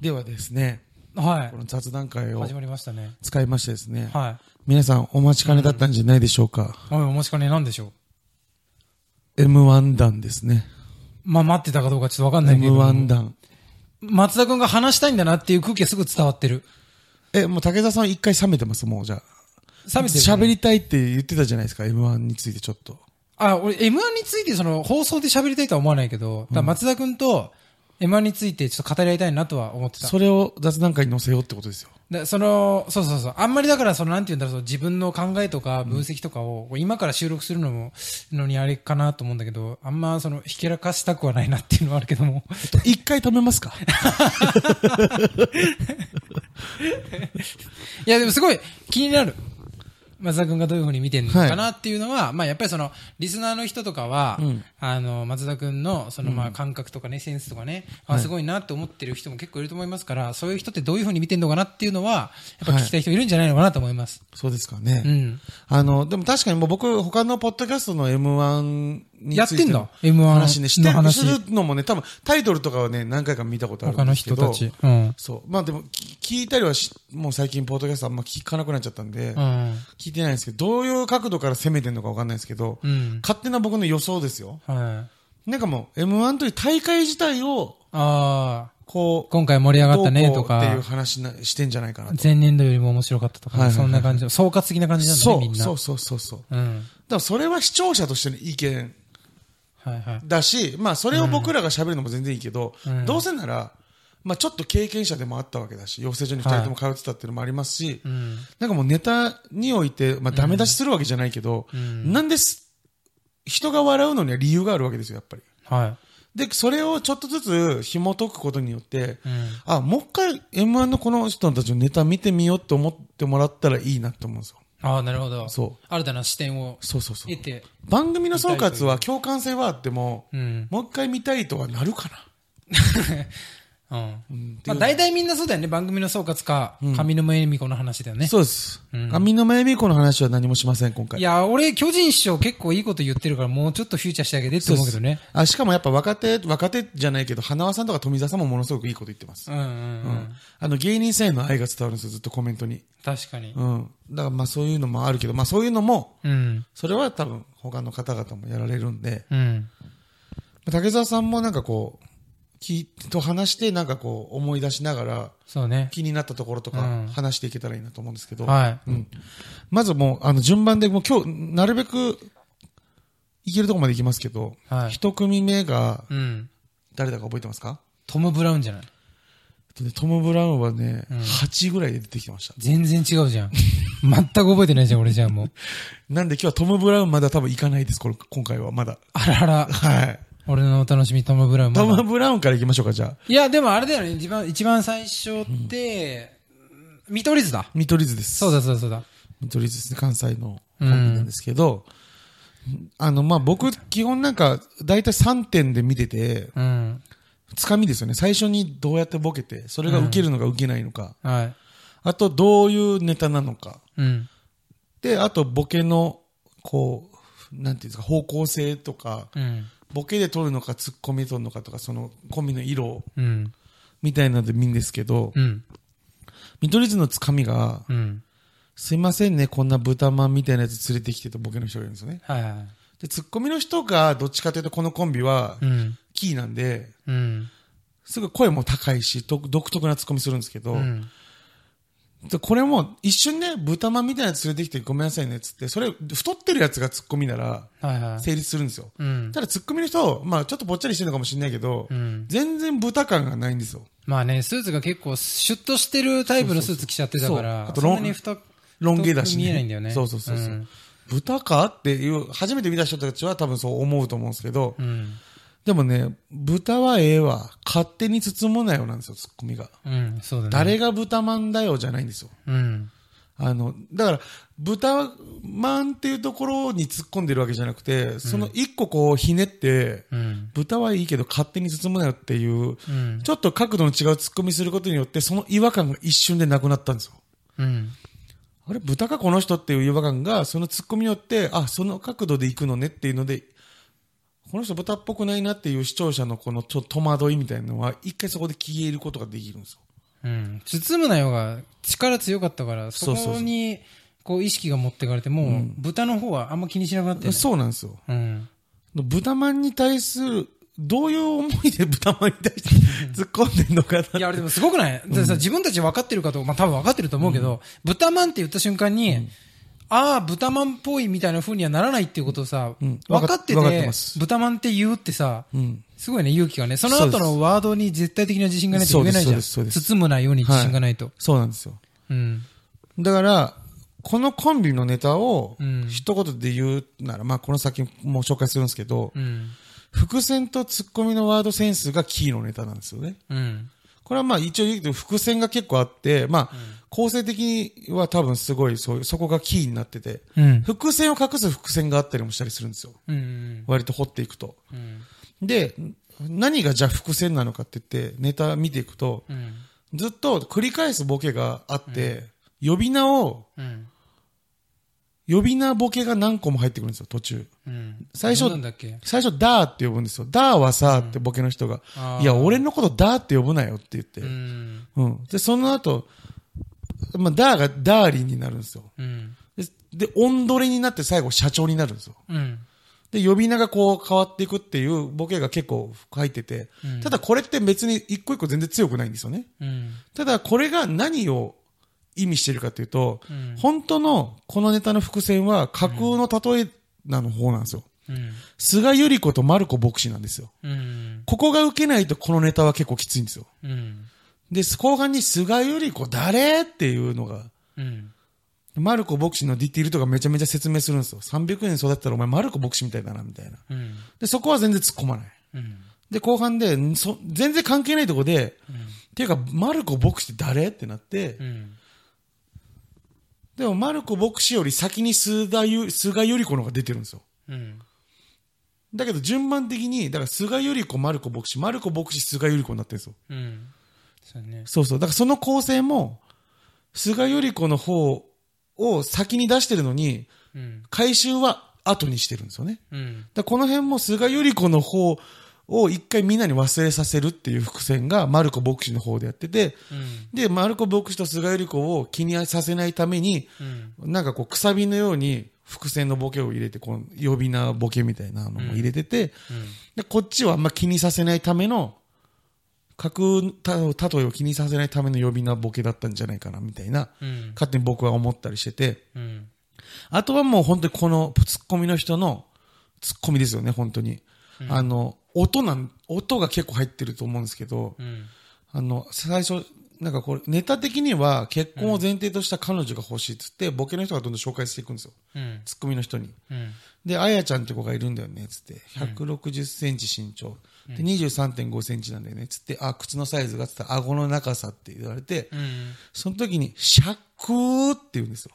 ではですね、はこの雑談会い。を始まりましたね。使いましてですね、は皆さんお待ちかねだったんじゃないでしょうか。い。おい、お待ちかね、なんでしょ M1 弾ですね。う。まあ、待ってたかどうかちょっとわかんないけど。 M1 弾。松田くんが話したいんだなっていう空気がすぐ伝わってる。え、もう竹澤さん一回冷めてます、もうじゃあ。冷めてる。喋。りたいって言ってたじゃないですか、M1 についてちょっと。あ、俺、M1 について、その、放送で喋りたいとは思わないけど、ただ松田くんと、M1 についてちょっと語り合いたいなとは思ってた。それを雑談会に載せようってことです よ。でその、そうそうそう。あんまりだから、その、なんて言うんだろう、その自分の考えとか分析とかを、今から収録するのも、のにあれかなと思うんだけど、あんま、その、ひけらかしたくはないなっていうのはあるけども。一回止めます かいや、でもすごい気になる。松田君がどういうふうに見てるのかなっていうのは、まあやっぱりその、リスナーの人とかは、うんあの、松田君の、そのまあ感覚とかね、センスとかね、あ、すごいなって思ってる人も結構いると思いますから、そういう人ってどういうふうに見てるのかなっていうのは、やっぱ聞きたい人いるんじゃないのかなと思います。そうですかね。うん。あの、でも確かにもう僕、他のポッドキャストの M1 についてやってんだ M1 の話ね、してる話するのもね、多分タイトルとかはね、何回か見たことある他んのですけ人ど。たち。うん。そう。まあでも、き聞いたりはし、もう最近ポッドキャストあんま聞かなくなっちゃったんで、うん。聞いてないんですけど、どういう角度から攻めてんのかわかんないですけど、うん。勝手な僕の予想ですよ。はい。なんかもう、M1 という大会自体を、ああ、こう、今回盛り上がったねどとうこうっていうか、話なしてんじゃないかなと。前年度よりも面白かったとはいか、はいはいそんな感じの、総括的な感じなんだね、そみんう、な。そうそうそうそう。だかうん。らそれは視聴者としての意見はいはい。だし、まあそれを僕らが喋るのも全然いいけど、うんどうせなら、まあちょっと経験者でもあったわけだし、養成所に二人とも通ってたっていうのもありますし、うん。なんかもうネタにおいて、まあ、ダメ出しするわけじゃないけど、うんなんです、人が笑うのには理由があるわけですよ、やっぱり。はで、それをちょっとずつ紐解くことによって、い。うん。あ、もう一回 M1 のこの人たちのネタ見てみようって思ってもらったらいいなって思うんですよ。ああ、なるほど。そう。新たな視点をそうそうそう得。て、番組の総括は共感性はあっても、うん。 もう一回見たいとはなるかな。うん。うんまあ、大体みんなそうだよね。番組の総括か、上沼恵美子の話だよね。そうです。うん上沼恵美子の話は何もしません、今回。いや、俺、巨人師匠結構いいこと言ってるから、もうちょっとフューチャーしてあげてって思うけどね。あしかもやっぱ若手、若手じゃないけど、花輪さんとか富澤さんもものすごくいいこと言ってます。うんうんうんうん。あの芸人さんへの愛が伝わるんですよ、ずっとコメントに。確かに。うん。だからまあそういうのもあるけど、まあそういうのも、うん。それは多分他の方々もやられるんで、うん。竹澤さんもなんかこう、きと話してなんかこう思い出しながらそうね。気になったところとうんか話していけたらいいなと思うんですけど、はうん。まずもうあの順番でもう今日なるべくいけるとこまでいきますけど、い。はい。一組目がうん。誰だか覚えてますかトム・ブラウンじゃないえっとねトム・ブラウンはね、うん8ぐらいで出てきてました。全然違うじゃん。 全く覚えてないじゃん、俺じゃあもう。なんで今日はトム・ブラウンまだ多分行かないです、これ今回はまだ。あらあら。はい。俺のお楽しみ、トム・ブラウンまトだ。ム・ブラウンから行きましょうか、じゃあ。いや、でもあれだよね。一番、一番最初って、見取り図だ。見取り図です。そうだそうだそうだ。見取り図ですね、関西のコンビなんですけど、あの、まあ、僕、基本なんか、だいたい3点で見てて、うん。つかみですよね。最初にどうやってボケて、それが受けるのか受けないのか、はい。あと、どういうネタなのか。うん。で、あと、ボケの、こう、なんていうんですか、方向性とか、うん。ボケで取るのか、ツッコミで取るのかとか、その、コンビの色うん。みたいなので見るんですけど、うん。見取り図のつかみが、うん。すいませんね、こんな豚まんみたいなやつ連れてきてとボケの人がいるんですよね。はいはい。で、ツッコミの人がどっちかというとこのコンビはうん。キーなんで、うん。すぐ声も高いし、と独特なツッコミするんですけど、うん。でこれも一瞬ね、豚まんみたいなやつ連れてきてごめんなさいねっつって、それ太ってるやつがツッコミならはいはい。成立するんですよ。うん。ただツッコミの人、まあちょっとぼっちゃりしてるのかもしれないけど、うん。全然豚感がないんですよ。まあね、スーツが結構、シュッとしてるタイプのスーツ着ちゃってたから、そうそそうそうそうあとロンんなに太ロン毛だしね。太く見えないんだよねそうそうそうそう。うん豚かっていう、初めて見た人たちは多分そう思うと思うんですけど、うん。でもね、豚はええわ。勝手に包むなよなんですよ、ツッコミが。うん。そうだね。誰が豚まんだよじゃないんですよ。うん。あの、だから、豚まんっていうところに突っ込んでるわけじゃなくて、その一個こうひねって、うん。豚はいいけど勝手に包むなよっていう、うん。ちょっと角度の違う突っ込みすることによって、その違和感が一瞬でなくなったんですよ。うん。あれ、豚かこの人っていう違和感が、その突っ込みによって、あ、その角度で行くのねっていうので、この人豚っぽくないなっていう視聴者のこのちょっと戸惑いみたいなのは、一回そこで消えることができるんですよ。うん。包むなよが力強かったから、そそうそうそうこに、こう意識が持ってかれて、もう、豚の方はあんま気にしなくなってね。そうなんですよ。うん。豚まんに対する、どういう思いで豚まんに対して突 っ込んでんのかいや、な。あれでもすごくないだってさ、自分たち分かってるかと、まあ多分分かってると思うけど、豚まんって言った瞬間に、ああ、豚まんっぽいみたいな風にはならないっていうことをさ、うん分かって分かっててます、豚まんって言うってさ、うん。すごいね、勇気がね。その後のワードに絶対的な自信がないと言えないじそうゃん。ですそうですそうです包むなように自信がないと。そうなんですよ。うん。だから、このコンビのネタをうん、一言で言うなら、まあ、この先も紹介するんですけど、うん。伏線とツッコミのワードセンスがキーのネタなんですよね。うん。これはまあ一応言うけど、伏線が結構あって、まあ、構成的には多分すごい、そういう、そこがキーになってて、うん。伏線を隠す伏線があったりもしたりするんですよ。うん。割と掘っていくと。うん。で、何がじゃあ伏線なのかって言って、ネタ見ていくと、うん。ずっと繰り返すボケがあって、呼び名を、うん。呼び名ボケが何個も入ってくるんですよ、途中。うん。最初どうなんだっけ最初、ダーって呼ぶんですよ。ダーはさ、ってボケの人が、いや、、俺のことダーって呼ぶなよって言って。あーうん。うん。で、その後、まあ、ダーがダーリンになるんですよ。うん。で、でオンドレになって最後社長になるんですよ。うん。で、呼び名がこう変わっていくっていうボケが結構入ってて、うんただこれって別に一個一個全然強くないんですよね。うん。ただこれが何を意味してるかというと、うん本当のこのネタの伏線は架空の例えなの方なんですよ。うん。菅由里子とマルコ牧師なんですよ。うん。ここが受けないとこのネタは結構きついんですよ。うん。で、後半に菅由里子誰っていうのが、うん。マルコ牧師のディティールとかめちゃめちゃ説明するんですよ。300円育てたらお前マルコ牧師みたいだな、みたいな。うん。で、そこは全然突っ込まない。うん。で、後半で、んそ全然関係ないとこで、っていうか、マルコ牧師って誰ってなって、うん。でもマルコ牧師より先に菅田ゆ菅由里子の方が出てるんですよ。うん。だけど順番的に、だから菅由里子、マルコ牧師、マルコ牧師、菅由里子になってるんですよ。うん。そうね。そうそう。だからその構成も、菅由里子の方を先に出してるのに、うん。回収は後にしてるんですよね。うん。だからこの辺も菅由里子の方を一回みんなに忘れさせるっていう伏線がマルコ牧師の方でやってて、うん。で、マルコ牧師と菅由里子を気にさせないために、うん。なんかこう、くさびのように伏線のボケを入れて、この呼び名ボケみたいなのも入れてて、で、こっちはあんま気にさせないための、架空た例えを気にさせないための呼び名ボケだったんじゃないかな、みたいな、うん。勝手に僕は思ったりしてて、うん。あとはもう本当にこのツッコミの人のツッコミですよね、本当に。あの、音なん、音が結構入ってると思うんですけど、うん。あの、最初、なんかこれ、ネタ的には結婚を前提とした彼女が欲しいっつって、ボケの人がどんどん紹介していくんですよ。うん。ツッコミの人に。うん。で、あやちゃんって子がいるんだよね、つって。160センチ身長。で、23.5センチなんだよね、つって。あ、靴のサイズが、つって、顎の長さって言われて、うん。その時に、シャクーって言うんですよ。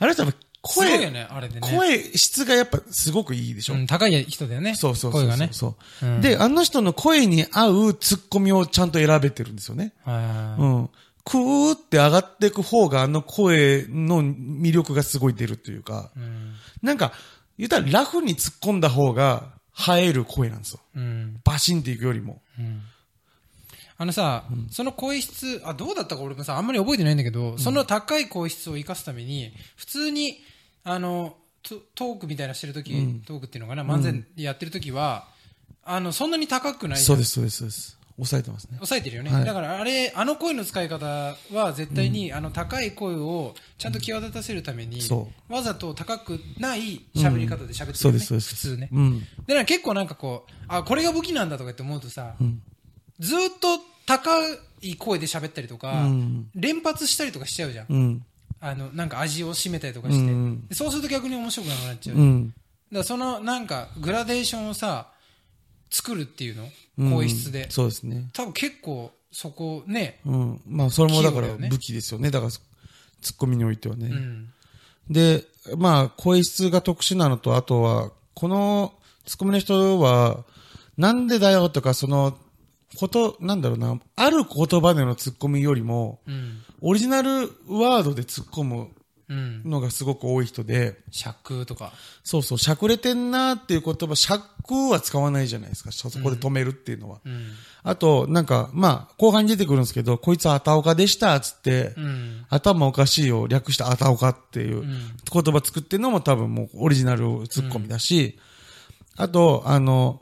あの人はやっぱすごいよ声、ね、あれでね。声質がやっぱすごくいいでしょう。ん、高い人だよね。そうそうそうそう。声がね。そう、うんで、あの人の声に合うツッコミをちゃんと選べてるんですよね。はうん。クーって上がっていく方があの声の魅力がすごい出るというか、い。うん。なんか、言ったらラフに突っ込んだ方が映える声なんですよ。うん。バシンっていくよりも。うんあのさ、その声質、あ、どうだったか俺もさ、あんまり覚えてないんだけど、その高い声質を生かすために、普通に、あの、トトークみたいなしてるとき、トークっていうのかな、漫才やってるときは、あの、そんなに高くない。そうですす、そうです、そうです。抑えてますね。抑えてるよね。はいだから、あれ、あの声の使い方は絶対に、あの、高い声をちゃんと際立たせるために、そわざと高くない喋り方で喋っそうてるよね、です、そうです。普通ね。うん。でなんか結構なんかこう、あ、これが武器なんだとかって思うとさ、んずーっと高い声で喋ったりとか、うん連発したりとかしちゃうじゃん。うん。あの、なんか味を占めたりとかして、うんでそうすると逆に面白くなくなっちゃう。うだかん。らそのなんかグラデーションをさ、作るっていううんの声質で。そうですね。多分結構そこね、うん。まあ、それもだか器用だらよね武器ですよね。だから、ツッコミにおいてはね。うん。で、まあ、声質が特殊なのと、あとは、このツッコミの人は、なんでだよとか、その、こと、なんだろうな、ある言葉でのツッコミよりも、うん。オリジナルワードで突っ込むうん。のがすごく多い人で、尺とか。そうそう、しゃくれてんなーっていう言葉、しゃ服は使わないじゃないですか。そそこで止めるっていうのは。うん。あと、なんか、まあ、後半に出てくるんですけど、こいつはあたおかでした、つって、うん。。頭おかしいを略してあたおかっていううん言葉作ってるのも多分もうオリジナルツッコミだし、あと、あの、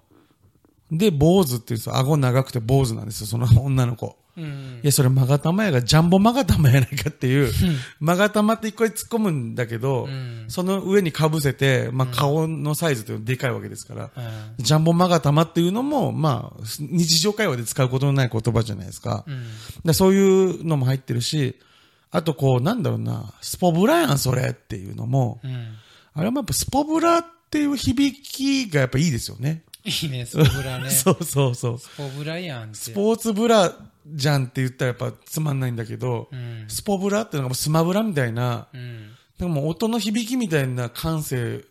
で、坊主って言うんですよ。顎長くて坊主なんですよ、その女の子。うんい。や、それ、マガタマやが、ジャンボマガタマやないかっていう、マガタマって一個に突っ込むんだけど、うんその上に被せて、まあ、顔のサイズっていうのはでかいわけですから、うんジャンボマガタマっていうのも、まあ、日常会話で使うことのない言葉じゃないですか。うん。でそういうのも入ってるし、あとこう、なんだろうな、スポブラやん、それっていうのも、うん。あれもやっぱスポブラっていう響きがやっぱいいですよね。いいね、スポブラね。スそうそうそう。ポブラやんって。スポーツブラじゃんって言ったらやっぱつまんないんだけど、うん。スポブラっていうのがもうスマブラみたいな、うん。でも音の響きみたいな感性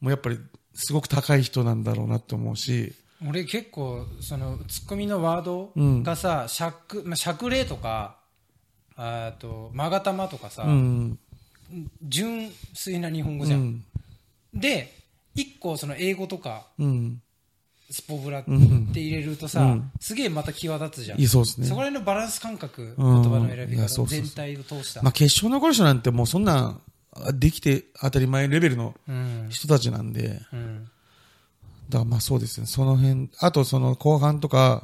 もやっぱりすごく高い人なんだろうなと思うし、俺結構、その、ツッコミのワードうんがさ、尺、まあ、尺例とか、あと、まがたまとかさ、うん。純粋な日本語うじゃん。ん。で、一個その英語とか、うん。スポブラってうん入れるとさ、うんすげえまた際立つじゃん。いいそうですそこね。ら辺のバランス感覚、言葉の選びいやそう方、そうそう全体を通した。まあ決勝残る人なんてもうそんな、あできて当たり前レベルのうん。人たちなんで、だかうん。らまあそうですね。その辺、あとその後半とか、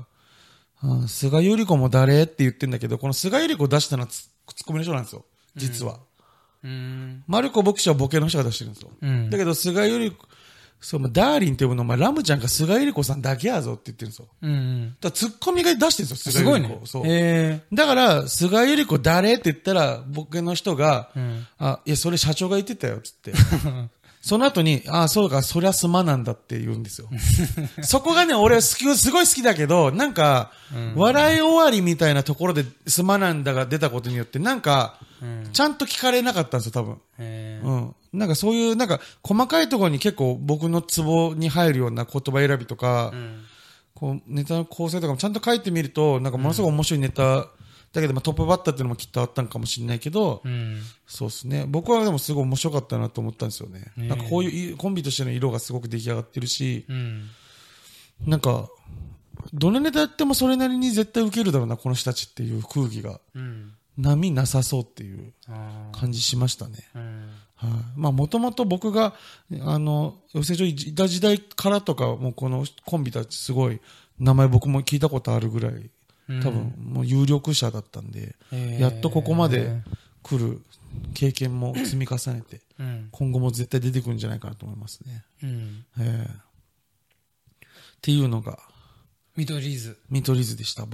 うん菅由里子も誰って言ってんだけど、この菅由里子出したのはツッコミの人なんですよ。実は。うん。マルコ牧師はボケの人が出してるんですよ。うんだ。けど、菅由里子、そう、まあダーリンって呼ぶの、お前、ラムちゃんか菅由里子さんだけやぞって言ってるんですよ。だかうん。ら、ツッコミが出してるんですよ、す菅ごい由里ね子。。そう。えだから、菅由里子誰って言ったら、僕の人が、えうん。あ、いや、それ社長が言ってたよ、つっ て。その後に、あ、そうか、そりゃすまなんだって言うんですよ。 そこがね、俺好き、すごい好きだけど、なんか、笑い終わりみたいなところで、すまなんだが出たことによって、なんか、うん。ちゃんと聞かれなかったんですよ、多分。ええうん。なんかそういう、なんか、細かいところに結構僕のツボに入るような言葉選びとか、うん。こう、ネタの構成とかもちゃんと書いてみると、なんかものすごい面白いネタ、だけど、まあトップバッターっていうのもきっとあったのかもしれないけど、うん。そうですね。僕はでもすごい面白かったなと思ったんですよね。ねえなんかこういういコンビとしての色がすごく出来上がってるし、うん。なんか、どのネタやってもそれなりに絶対受けるだろうな、この人たちっていう空気が。うん。波なさそうっていうあ感じしましたね。あ。うん。はい、まあ、もともと僕が、あの、養成所いた時代からとか、もうこのコンビたちすごい、名前僕も聞いたことあるぐらい、多分、もう有力者だったんで、ええやっとここまで来る経験も積み重ねて、うん。今後も絶対出てくるんじゃないかなと思いますね。うん。ええっていうのが、ミドリーズ。見取り図でした、僕